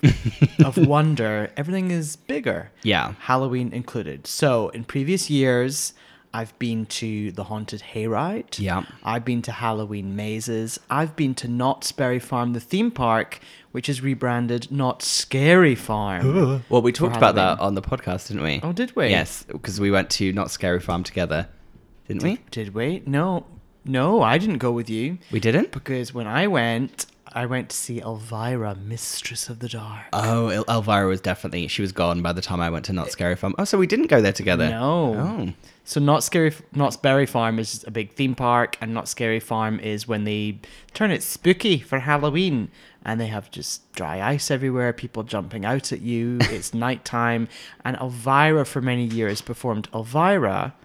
of wonder, everything is bigger.
Yeah.
Halloween included. So, in previous years, I've been to the Haunted Hayride.
Yeah.
I've been to Halloween Mazes. I've been to Knott's Berry Farm, the theme park, which is rebranded Not Scary Farm.
Well, we talked about that
Halloween.
on the podcast, didn't we?
Oh, did we?
Yes, because we went to Not Scary Farm together, didn't we?
Did we? No. No, I didn't go with you.
We didn't.
Because when I went, I went to see Elvira, Mistress of the Dark.
Oh, El- Elvira was definitely she was gone by the time I went to Not Scary Farm. Oh, so we didn't go there together.
No.
Uh, Oh.
So not scary. Knott's Berry Farm is a big theme park, and Not Scary Farm is when they turn it spooky for Halloween, and they have just dry ice everywhere, people jumping out
[laughs]
at you. it's nighttime, and Elvira for many years performed Elvira.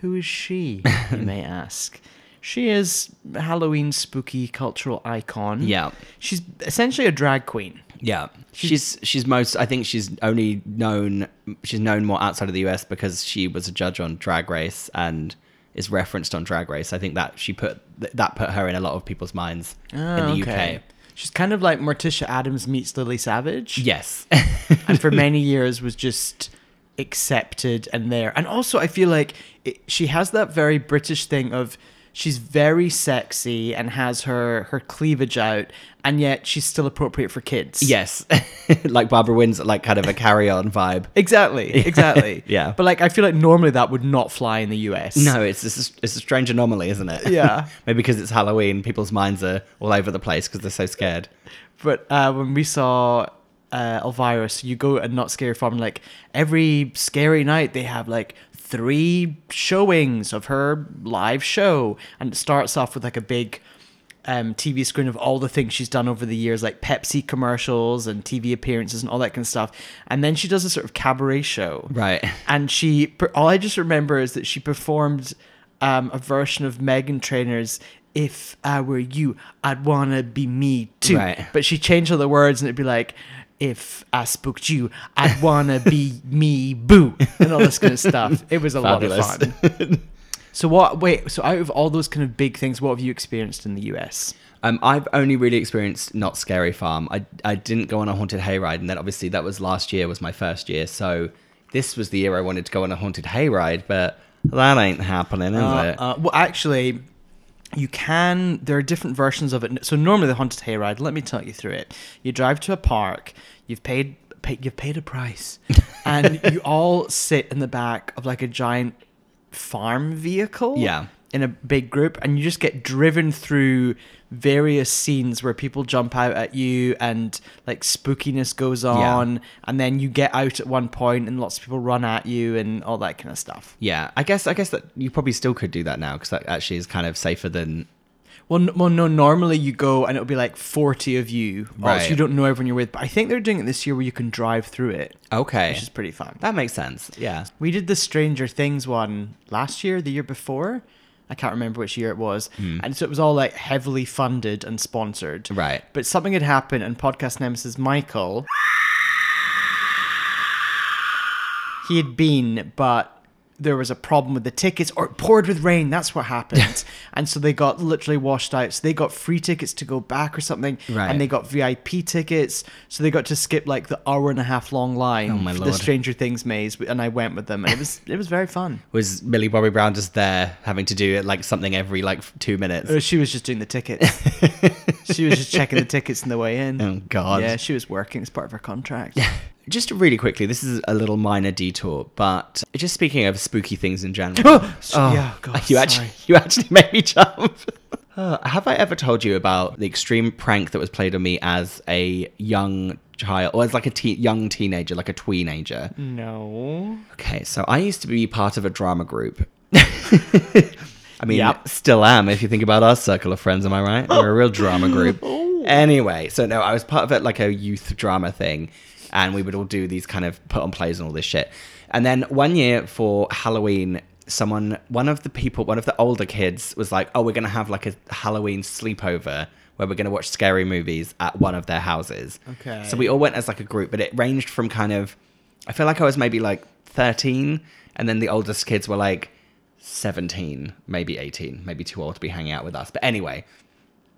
Who is she?
[laughs]
You may ask. She is Halloween spooky cultural icon.
Yeah.
She's essentially a drag queen.
Yeah. She's she's most I think she's only known she's known more outside of the US because she was a judge on Drag Race and is referenced on Drag Race. I think that she put th- that put her in a lot of people's minds in
Oh,
the
okay.
UK.
She's kind of like Morticia Adams meets Lily Savage.
Yes. [laughs]
and for many years was just accepted and there. And also, I feel like it, she has that very British thing of she's very sexy and has her her cleavage out, and yet she's still appropriate for kids.
yes. [laughs] like Barbara Windsor like kind of a carry-on vibe.
Exactly, exactly.
[laughs] Yeah.
But like I feel like normally that would not fly in the US.
No, it's it's a, it's a strange anomaly, isn't it?
Yeah.
[laughs] Maybe because it's Halloween, people's minds are all over the place because they're so scared.
But uh, when we saw uh, Elvira, so you go and not scary farm. Like every scary night, they have like three showings of her live show, and it starts off with like a big um, TV screen of all the things she's done over the years, like Pepsi commercials and TV appearances and all that kind of stuff. And then she does a sort of cabaret show,
Right.
And she, per- all I just remember is that she performed um, a version of Megan Trainor's "If I Were You, I'd Wanna Be Me Too,"
Right.
but she changed all the words and it'd be like if I spooked you, I'd wanna be [laughs] me boo and all this kind of stuff. It was a lot of fun. So what wait, so out of all those kind of big things, what have you experienced in the US?
Um, I've only really experienced Not Scary Farm. I, I didn't go on a haunted hayride, and then obviously that was last year, was my first year. So this was the year I wanted to go on a haunted hayride, but that ain't happening, is
Uh,
it?
uh, well actually you can there are different versions of it so normally the haunted hayride let me talk you through it you drive to a park you've paid pay, you've paid
[laughs]
a price and you all sit in the back of like a giant farm vehicle
Yeah.
in a big group and you just get driven through various scenes where people jump out at you and like spookiness goes on and then you get out at one point and lots of people run at you and all that kind of stuff
yeah, I guess I guess that you probably still could do that now because that actually is kind of safer than
Well, n- well, no. Normally you go and it'll be like forty of you, right?
Right.
you don't know everyone you're with. But I think they're doing it this year where you can drive through it,
okay.
which is pretty fun.
that makes sense. Yeah,
We did the Stranger Things one last year, the year before. I can't remember which year it was,
Hmm.
and so it was all like heavily funded and sponsored,
Right.
But something had happened, and podcast nemesis Michael, he had been, but. There was a problem with the tickets, or it poured with rain. That's what
[laughs]
happened, and so they got literally washed out. So they got free tickets to go back or something,
Right.
and they got VIP tickets, so they got to skip like the hour and a half long line
Oh,
my
for the
lord.
Stranger Things maze, and I went with them, and it
[laughs]
was it was very fun.
was Millie Bobby Brown just there having to do it like something every like f- two minutes?
Uh, She was just doing the tickets. [laughs] she was just checking the tickets on the way in.
Oh, God.
Yeah, she was working as part of her contract.
Just really quickly, this is a little minor detour, but just speaking of spooky things in [laughs] general.
So- yeah, God,
you
sorry.
actually [laughs] you actually made me jump. [laughs] Uh, have I ever told you about the extreme prank that was played on me as a young child, or as like a te- young teenager, like a tweenager?
No.
Okay, so I used to be part of a drama group. [laughs] I mean,
Yep.
still am if you think about our circle of friends, am I right? We're a real
[gasps]
drama group.
Oh.
Anyway, so no, I was part of it like a youth drama thing, and we would all do these kind of put on plays and all this shit. And then one year for Halloween, someone, one of the people, one of the older kids was like, oh, we're going to have like a Halloween sleepover where we're going to watch scary movies at one of their houses.
Okay.
So we we all went as like a group, but it ranged from kind of I feel like I was maybe like 13 and then the oldest kids were like 17, maybe 18, maybe too old to be hanging out with us. But anyway,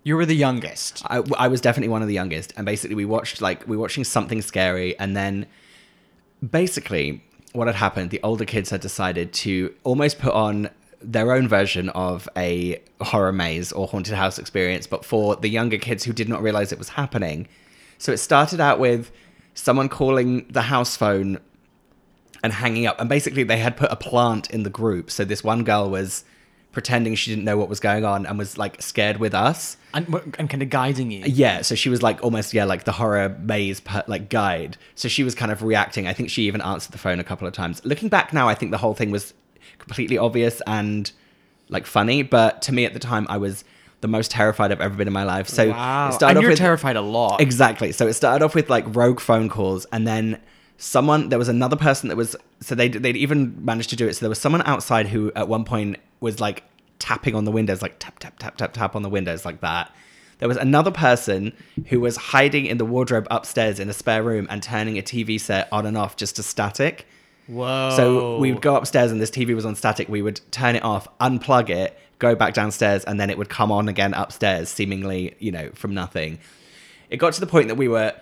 You were the youngest.
I, I was definitely one of the youngest and basically we watched like we were watching something scary and then basically what had happened, the older kids had decided to almost put on their own version of a horror maze or haunted house experience, but for the younger kids who did not realize it was happening. So it started out with someone calling the house phone and hanging up. And basically, they had put a plant in the group. So this one girl was pretending she didn't know what was going on and was like scared with us.
And, and kind of guiding you.
Yeah, so she was like almost yeah like the horror maze per, like guide. So she was kind of reacting. I think she even answered the phone a couple of times. Looking back now, I think the whole thing was completely obvious and like funny, but to me at the time, I was the most terrified I've ever been in my life. So
Wow. And you're terrified a lot.
Exactly. So it started off with like rogue phone calls, and then someone there was another person that was so they they'd even managed to do it. So there was someone outside who at one point was like tapping on the windows, like tap tap tap tap tap on the windows like that. There was another person who was hiding in the wardrobe upstairs in a spare room and turning a TV set on and off just to static.
Whoa.
So we would go upstairs and this TV was on static. We would turn it off, unplug it, go back downstairs, and then it would come on again upstairs, seemingly, you know, from nothing. It got to the point that we were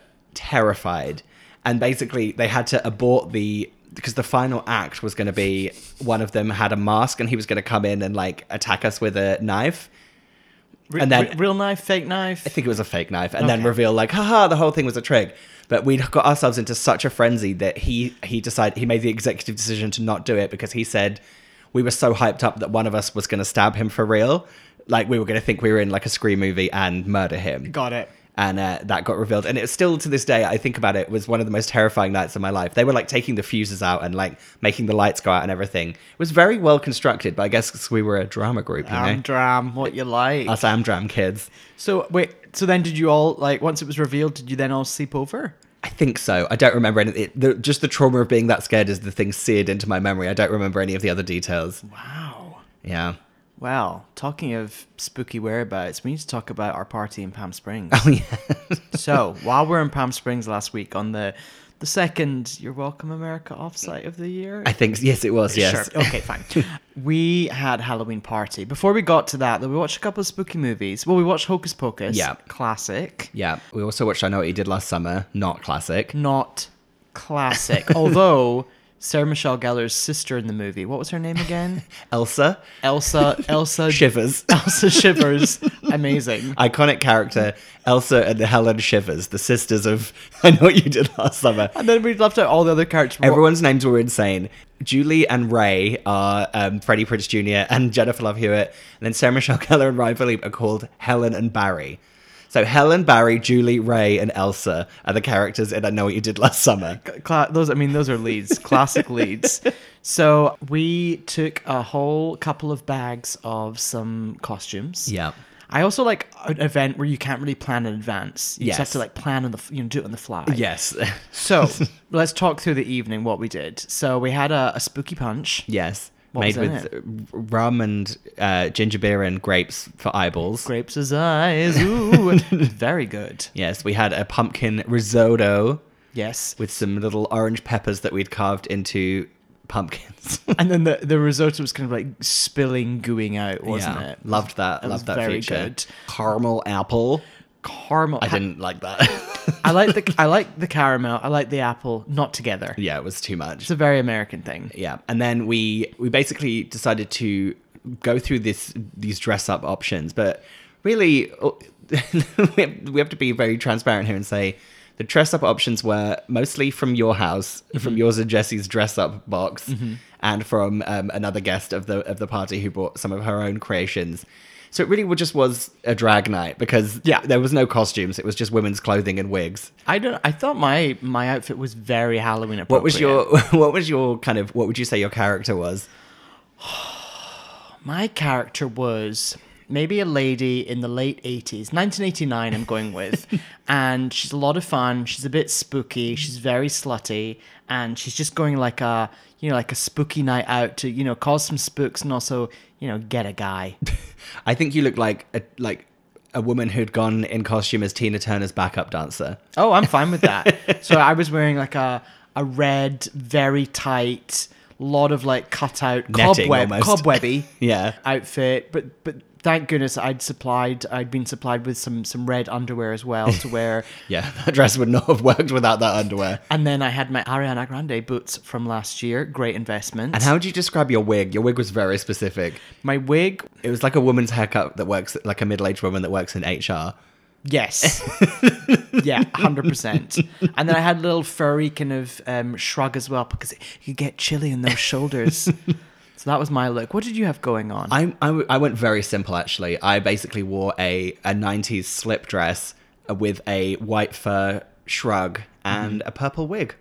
terrified. And basically, they had to abort the. Because the final act was going to be one of them had a mask and he was going to come in and like attack us with a knife.
Re-
and then-
re- real knife, fake knife.
I think it was a fake knife, and then
Okay.
reveal like, haha, the whole thing was a trick. But we got ourselves into such a frenzy that he he decided he made the executive decision to not do it because he said we were so hyped up that one of us was going to stab him for real, like we were going to think we were in like a scream movie and murder him.
Got it.
And uh, that got revealed, and it's still to this day. I think about it was one of the most terrifying nights of my life. They were like taking the fuses out and like making the lights go out and everything. It was very well constructed, but I guess 'cause we were a drama group, you know,
Amdram, what you like.
us Amdram kids.
So wait, so then did you all like once it was revealed? Did you then all sleep over?
I think so. I don't remember any. It, the, just the trauma of being that scared is the thing seared into my memory. I don't remember any of the other details.
Wow.
Yeah. [laughs]
Well, talking of spooky whereabouts, we need to talk about our party in
[laughs]
Palm Springs.
Oh yeah.
so while we're in Palm Springs last week on the the second You're Welcome America offsite of the year,
I think yes, it was. Yes.
Sure.
[laughs]
Okay, fine. we had Halloween party. Before we got to that, though, we watched a couple of spooky movies. Well, we watched Hocus Pocus.
Yeah.
Classic.
Yeah. We also watched I Know What You Did Last Summer. Not classic.
Not
[laughs]
classic. Although Sarah Michelle Gellar's sister in the movie. What was her
[laughs]
name again?
Elsa
Elsa. Elsa [laughs]
Shivers. [laughs]
Elsa Shivers. Amazing.
Iconic character Elsa and Helen Shivers, the sisters of [laughs] I Know What You Did Last Summer.
And then we left out all the other characters.
Everyone's names were insane. Julie and Ray are um, Freddie Prinze Jr. and Jennifer Love Hewitt. And then Sarah Michelle [laughs] Gellar and Ryan Philippe are called Helen and Barry. So Helen, Barry, Julie, Ray, and Elsa are the characters in I Know What You Did Last Summer.
Cla- those, I mean, those
[laughs]
are leads, classic leads. So we took a whole couple of bags of some costumes.
Yeah.
I also like an event where you can't really plan in advance. You just have
Yes.
to like plan on the, f- you know, do it on the fly.
Yes. [laughs]
So let's talk through the evening what we did. So we had a, a spooky punch.
yes.
What
Made
was in
with rum and uh, ginger beer and grapes for eyeballs.
Grapes as
[laughs]
eyes. Ooh, very good.
Yes, we had a pumpkin risotto
Yes.
with some little orange peppers that we'd carved into pumpkins. [laughs]
And then the, the risotto was kind of like spilling, gooing out, wasn't
Yeah.
it?
Loved that.
It was
Loved that
very
feature.
good.
Caramel apple.
Caramel.
I didn't like that. [laughs]
I like the I like the caramel. I like the apple. Not together.
yeah, it was too much.
It's a very American thing.
Yeah, and then we we basically decided to go through this these dress up options, but really oh, [laughs] we have, we have to be very transparent here and say the dress up options were mostly from your house, from yours and Jesse's dress up box, and from um, another guest of the of the party who bought some of her own creations. So it really wa- just was a drag night because
Yeah.
there was no costumes. It was just women's clothing and wigs.
I don't. I thought my my outfit was very Halloween appropriate.
What was your [laughs] what was your kind of what would you say your character was?
My character was maybe a lady in the late 80s, 1989, I'm going [laughs] with. and she's a lot of fun. She's a bit spooky. She's very slutty. And she's just going like a, you know, like a spooky night out to, you know, cause some spooks and also, you know, get a guy.
I think you look like a like a woman who'd gone in costume as Tina Turner's backup dancer.
Oh, I'm fine with that. so I was wearing like a, a red, very tight, lot of like cutout
Netting
cobweb,
almost. [laughs]
cobwebby [laughs]
Yeah.
outfit, but but thank goodness I'd supplied I'd been supplied with some some red underwear as
[laughs]
well to wear.
yeah, that dress would not have worked without that underwear.
And then I had my Ariana Grande boots from last year. Great investment.
And how would you describe your wig? Your wig was very specific.
My wig.
It was like a woman's haircut that works, like a middle-aged woman that works in HR. [laughs]
Yes. yeah, hundred percent. And then I had a little furry kind of um, shrug as well because it, you get chilly in
[laughs]
those shoulders. so that was my look. What did you have going on?
I, I, w- I went very simple actually. I basically wore a, a 90s slip dress uh, with a white fur shrug and a purple wig.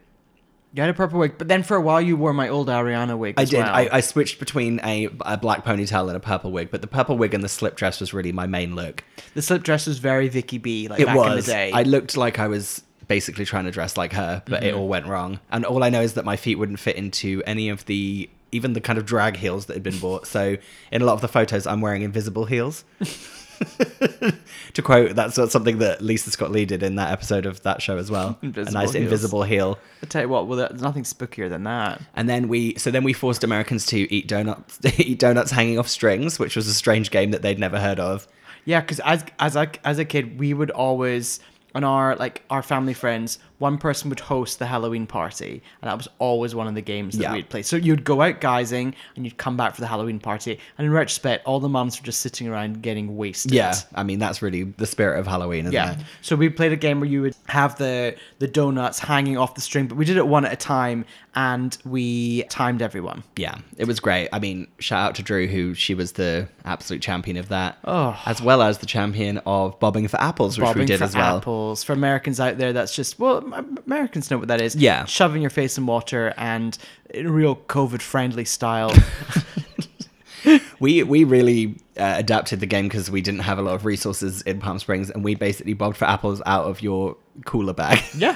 you had a purple wig, but then for a while you wore my old Ariana wig.
I
as
did.
well.
I, I switched between a, a black ponytail and a purple wig, but the purple wig and the slip dress was really my main look.
the slip dress was very Vicky B. Like
it
back
was.
in the day.
I looked like I was basically trying to dress like her, but it
Mhm.
all went wrong. And all I know is that my feet wouldn't fit into any of the even the kind of drag heels that had been bought. So in a lot of the photos, I'm wearing invisible heels. [laughs] to quote, that's something that Lisa Scott Lee did in that episode of that show as well. a
Invisible
nice
heels.
invisible heel.
I tell you what, well, there's nothing spookier than that.
And then we, so then we forced Americans to eat donuts, [laughs] eat donuts hanging off strings, which was a strange game that they'd never heard of.
Yeah, because as as a as a kid, we would always on our like our family friends, one person would host the Halloween party, and that was always one of the games that
Yeah.
we'd play. So you'd go out guysing, and you'd come back for the Halloween party, and in retrospect, all the mums were just sitting around getting wasted.
Yeah, I mean that's really the spirit of Halloween, isn't
Yeah.
it?
So we played a game where you would have the the donuts hanging off the string, but we did it one at a time, and we timed everyone.
Yeah, it was great. I mean, shout out to Drew, who she was the absolute champion of that,
Oh.
as well as the champion of bobbing for apples, which
bobbing
we did
for
as well.
apples for Americans out there. That's just well, Am- Americans know what that is.
Yeah.
shoving your face in water and in real COVID-friendly
[laughs]
style.
We we really uh, adapted the game because we didn't have a lot of resources in Palm Springs, and we basically bobbed for apples out of your cooler bag, [laughs]
yeah,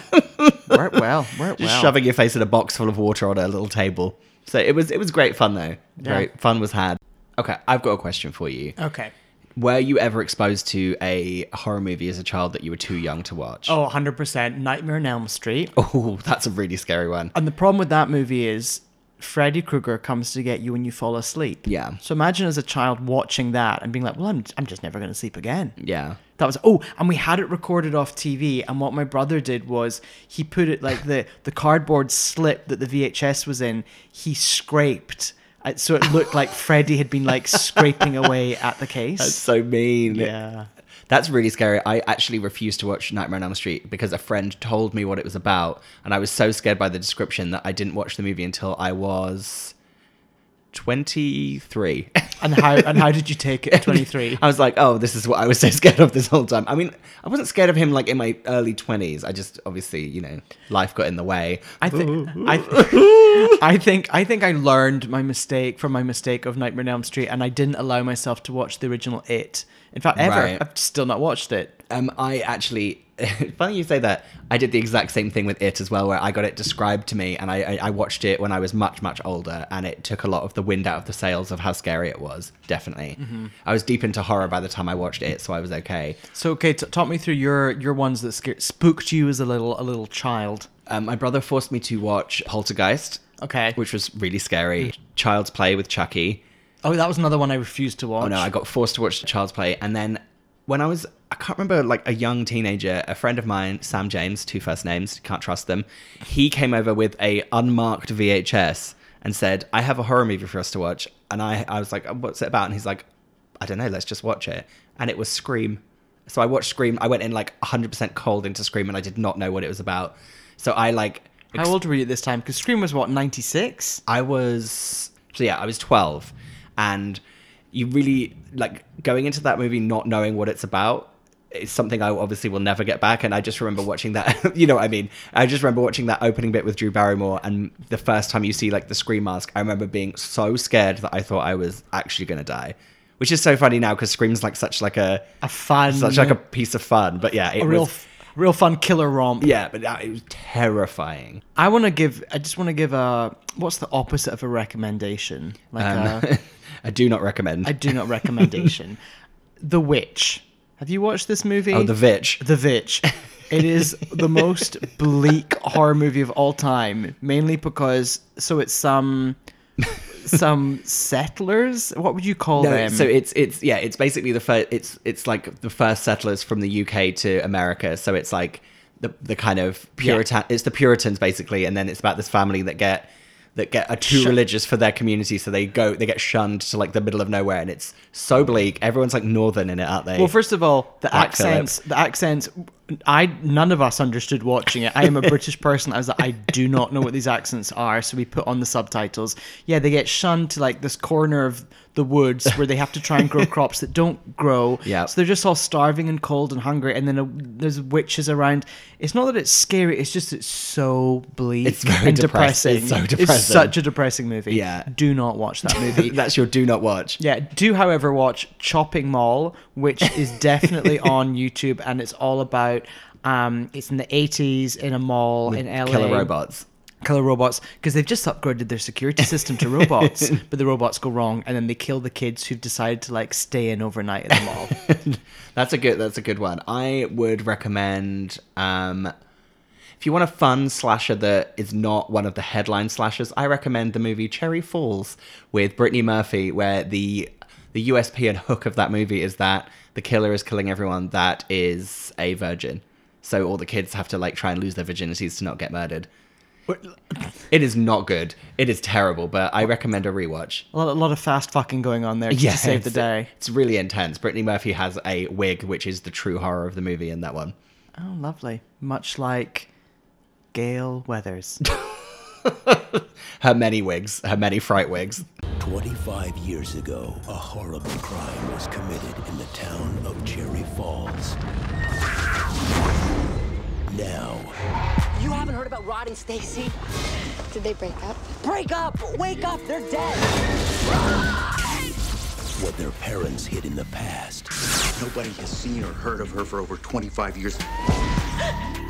worked well. Worked
just
well.
shoving your face in a box full of water on a little table. So it was it was great fun though.
Yeah.
Great fun was had. Okay, I've got a question for you.
Okay.
Were you ever exposed to a horror movie as a child that you were too young to watch?
Oh, 100% Nightmare on Elm Street.
[laughs] Oh, that's a really scary one.
And the problem with that movie is Freddy Krueger comes to get you when you fall asleep.
Yeah.
So imagine as a child watching that and being like, well, I'm, I'm just never going to sleep again.
Yeah.
That was oh, and we had it recorded off TV. And what my brother did was he put it like the the cardboard slip that the VHS was in. He scraped, uh, so it looked like Freddy had been like scraping away at the case.
That's so mean.
Yeah.
That's really scary. I actually refused to watch Nightmare on Elm Street because a friend told me what it was about, and I was so scared by the description that I didn't watch the movie until I was 23. [laughs]
and how and how did you take it? Twenty three.
I was like, oh, this is what I was [laughs] so scared of this whole time. I mean, I wasn't scared of him like in my early 20s. I just obviously, you know, life got in the way.
I think
[laughs]
I, th- I think I think I learned my mistake from my mistake of Nightmare on Elm Street, and I didn't allow myself to watch the original It. In fact, ever
Right.
I've still not watched it.
Um, I actually, [laughs] funny you say that. I did the exact same thing with it as well, where I got it described to me, and I, I, I watched it when I was much much older, and it took a lot of the wind out of the sails of how scary it was. Definitely, I was deep into horror by the time I watched it, so I was okay.
So okay, t- talk me through your your ones that scared, spooked you as a little a little child.
Um, my brother forced me to watch Poltergeist,
Okay.
which was really scary. Child's Play with Chucky.
Oh, that was another one I refused to watch.
Oh no, I got forced to watch Child's Play, and then when I was, I can't remember, like a young teenager, a friend of mine, Sam James, two first names, can't trust them. He came over with a unmarked VHS and said, "I have a horror movie for us to watch," and I, I was like, "Oh, "What's it about?" And he's like, "I don't know, let's just watch it," and it was Scream. So I watched Scream. I went in like 100% cold into Scream, and I did not know what it was about. So I like.
How old were you at this time? Because Scream was what ninety six.
I was so yeah, I was 12 and you really like going into that movie not knowing what it's about is something I obviously will never get back and I just remember watching that [laughs] you know what I mean I just remember watching that opening bit with Drew Barrymore and the first time you see like the scream mask I remember being so scared that I thought I was actually going to die which is so funny now cuz scream's like such like a
A fun,
such like a piece of fun but yeah it
a real
was
f- real fun killer romp.
yeah but that, it was terrifying [laughs]
I want to give. I just want to give a. What's the opposite of a recommendation?
[laughs]
Like
um,
a,
I do not recommend
I do not recommendation. [laughs] the Witch. Have you watched this movie?
Oh, The Vitch.
The Vitch. It is the most bleak horror movie of all time, mainly because so it's some some settlers. What would you call
No,
them?
so it's it's yeah, it's basically the first. It's it's like the first settlers from the UK to America. So it's like the the kind of Puritan. It's the Puritans basically, and then it's about this family that get that get are too
Shun-
religious for their community, so they go they get shunned to like the middle of nowhere, and it's so bleak. Everyone's like northern in it, aren't they?
Well,
[laughs]
first of all, the
Black
accents. The accents. I none of us understood watching it. I
[laughs]
am a British person. I was like, I do not know what these accents are. So we put on the subtitles. Yeah, they get shunned to like this corner of the woods where they have to try and
[laughs]
grow crops that don't grow.
Yeah.
So they're just all starving and cold and hungry. And then a, there's witches around. It's not that it's scary. It's just it's so bleak
It's very
and
depressing.
depressing.
It's so depressing.
such a depressing movie.
Yeah.
Do not watch that movie.
That's your do not watch.
Yeah, do however watch Chopping Mall, which
[laughs]
is definitely on YouTube, and it's all about um, it's in the eighties in a mall in LA.
Killer robots.
Killer robots, because they've just upgraded their security system
[laughs]
to robots, but the robots go wrong, and then they kill the kids who've decided to like stay in overnight at
[laughs]
the mall.
That's a good. That's a good one. I would recommend. Um, if you want a fun slasher that is not one of the headline slashers, I recommend the movie Cherry Falls with Brittany Murphy, where the the USP and hook of that movie is that the killer is killing everyone that is a virgin. So all the kids have to like try and lose their virginities to not get murdered. It is not good. It is terrible, but I recommend a rewatch.
a, lot, a lot of fast fucking going on there just
Yeah,
to save the
it's-
day.
It's really intense. Brittany Murphy has a wig, which is the true horror of the movie in that one.
Oh, lovely. Much like Gail Weathers.
Her many wigs, her many fright wigs.
25 years ago, a horrible crime was committed in the town of Cherry Falls. Now,
You haven't heard about Rod and Stacy? Did they break up? Break up! Wake up! They're dead!
what their parents hid in the past.
Nobody has seen or heard of her for over 25 years.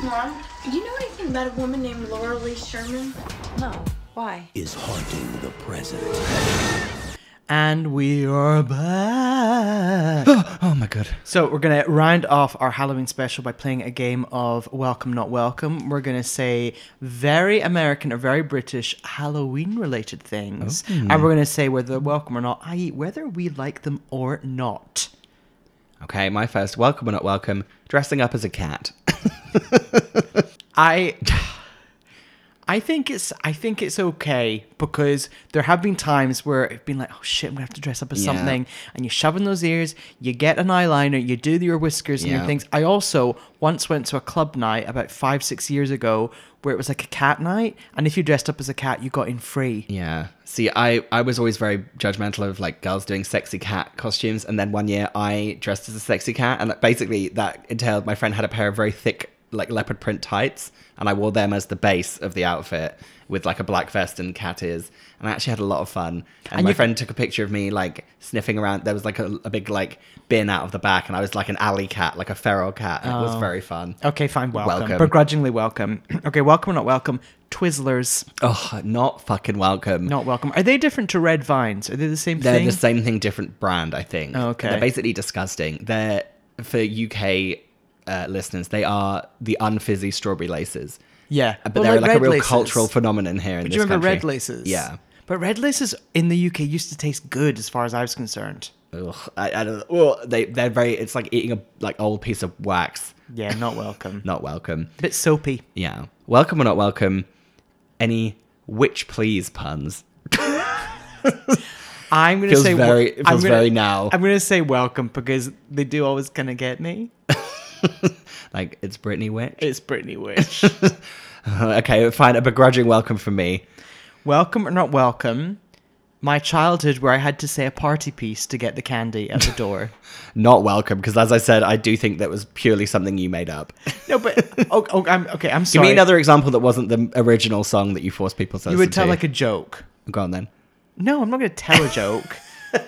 Mom, do you know anything about a woman named Laura Lee Sherman? No. Why?
Is haunting the present.
And we
[gasps]
are back. oh
my god.
So we're gonna round off our Halloween special by playing a game of Welcome Not Welcome. We're gonna say very American or very British Halloween related things.
Oh.
And we're gonna say whether they're welcome or not, i.e. whether we like them or not.
Okay, my first welcome or not welcome, dressing up as a cat.
I [sighs] I think it's I think it's okay because there have been times where it's been like, oh shit, I'm gonna have to dress up as
Yeah.
something, and you shove in those ears, you get an eyeliner, you do your whiskers and
Yeah.
your things. I also once went to a club night about five six years ago where it was like a cat night, and if you dressed up as a cat, you got in free.
Yeah. See, I, I was always very judgmental of like girls doing sexy cat costumes. And then one year I dressed as a sexy cat. And like, basically that entailed my friend had a pair of very thick, like leopard print tights. And I wore them as the base of the outfit with like a black vest and cat ears. And I actually had a lot of fun. And,
And
my
you-
friend took a picture of me like sniffing around. There was like a, a big like bin out of the back. And I was like an alley cat, like a feral cat. And It was
Oh.
very fun.
Okay, fine, welcome.
Welcome.
Begrudgingly welcome. [clears throat] okay, welcome or not welcome. Twizzlers.
Oh, not fucking welcome.
Not welcome. Are they different to red vines? Are they the same
They're
thing?
the same thing, different brand, I think.
Oh, okay.
They're basically disgusting. They're, for UK uh, listeners, they are the unfizzy strawberry laces. Uh,
Yeah.
But
Well,
they're
like
like, a
red
real
laces.
cultural phenomenon here in
But
this
do you remember
country.
red laces?
Yeah.
But red laces in the UK used to taste good as far as I was concerned.
Ugh, I, I don't Well, they, they're very, it's like eating a like old piece of wax.
Yeah,
[laughs]
not welcome.
not welcome.
bit soapy.
Yeah. Welcome or not welcome, any witch please puns.
I'm gonna
Feels
say wel-
very-
I'm
feels
gonna,
very now.
I'm gonna say welcome because they do always kind of get me.
Like, it's Brittany Witch.
It's Brittany Witch.
[laughs] okay, fine. A begrudging welcome from me.
welcome or not welcome, my childhood where I had to say a party piece to get the candy at the
[laughs]
door.
Not welcome, because as I said, I do think that was purely something you made up.
no, but oh, oh, I'm okay. I'm
Give
sorry.
me another example that wasn't the original song that you forced people to
You
listen
would tell
to.
like a joke.
Go on then.
No, I'm not going to tell a joke. [laughs]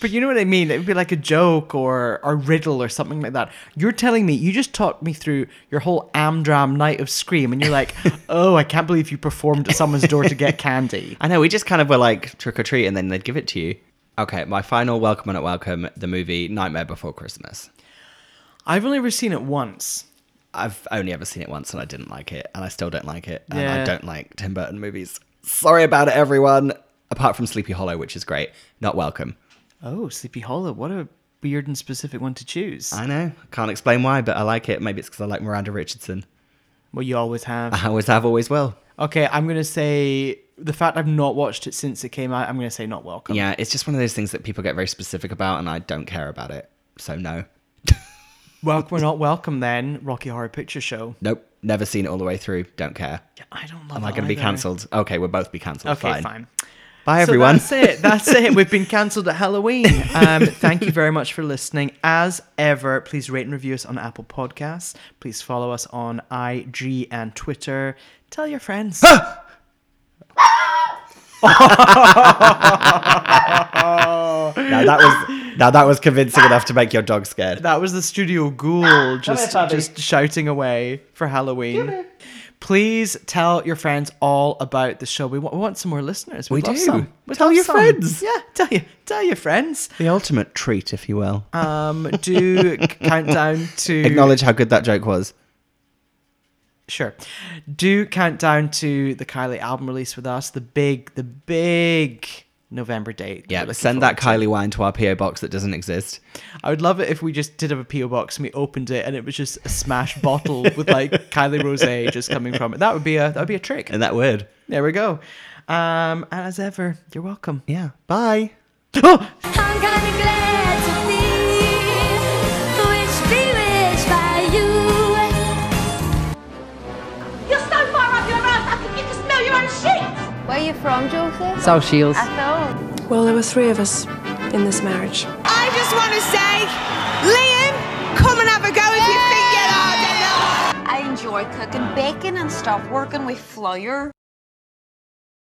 but you know what I mean? It would be like a joke or a riddle or something like that. You're telling me, you just talked me through your whole Amdram night of Scream, and you're [laughs] like, oh, I can't believe you performed at someone's door to get candy.
I know, we just kind of were like trick or treat and then they'd give it to you. Okay, my final welcome or not welcome, the movie Nightmare Before Christmas.
[laughs] I've only ever seen it once.
I've only ever seen it once and I didn't like it, and I still don't like it. And I
Yeah.
don't like Tim Burton movies. Sorry about it, everyone. Apart from Sleepy Hollow, which is great. Not welcome.
Oh, Sleepy Hollow. What a weird and specific one to choose.
I know. Can't explain why, but I like it. Maybe it's because I like Miranda Richardson.
Well, you always have.
I always have, always will.
Okay, I'm going to say the fact I've not watched it since it came out, I'm going to say not welcome.
Yeah, it's just one of those things that people get very specific about, and I don't care about it. So, no.
Well, we're not welcome then. Rocky Horror Picture Show.
Nope. Never seen it all the way through. Don't care.
I don't love
Am I
it
going to be
either.
cancelled? Okay, we'll both be cancelled.
Okay,
fine.
fine.
Bye,
So
everyone.
that's it. That's it. We've been cancelled at Halloween. Um, thank you very much for listening. As ever, please rate and review us on Apple Podcasts. Please follow us on IG and Twitter. Tell your friends.
now that was now that was convincing enough to make your dog scared.
That was the studio ghoul just
Come here, puppy.
just shouting away for Halloween. Please tell your friends all about the show. We want, we want some more listeners. We'd
We
love
do.
Some. We'd
Tell
love
your
some.
friends.
Yeah, tell you, tell your friends.
[laughs] The ultimate treat, if you will.
Um,
[laughs]
do c- countdown to
Acknowledge how good that joke was.
Sure. Do countdown to the Kylie album release with us. The big, the big November date.
Yeah, send that Kylie wine to our PO box that doesn't exist.
I would love it if we just did have a PO box and we opened it and it was just a smash bottle with like
[laughs]
Kylie Rose just coming from it. That would be a that would be a trick.
And that word.
There we go. Um, and as ever, you're welcome. Oh,
Yeah.
[gasps]
Bye.
I'm kinda glad to be wished, be wished by you.
You're so far off your ass, I think you can smell your own shit!
Where are you from, Joseph?
South Shields.
Atho.
Well, there were three of us in this marriage.
I just want to say, Liam, come and have a go if you think it hard enough.
I enjoy cooking bacon and stuff, working with Flyer.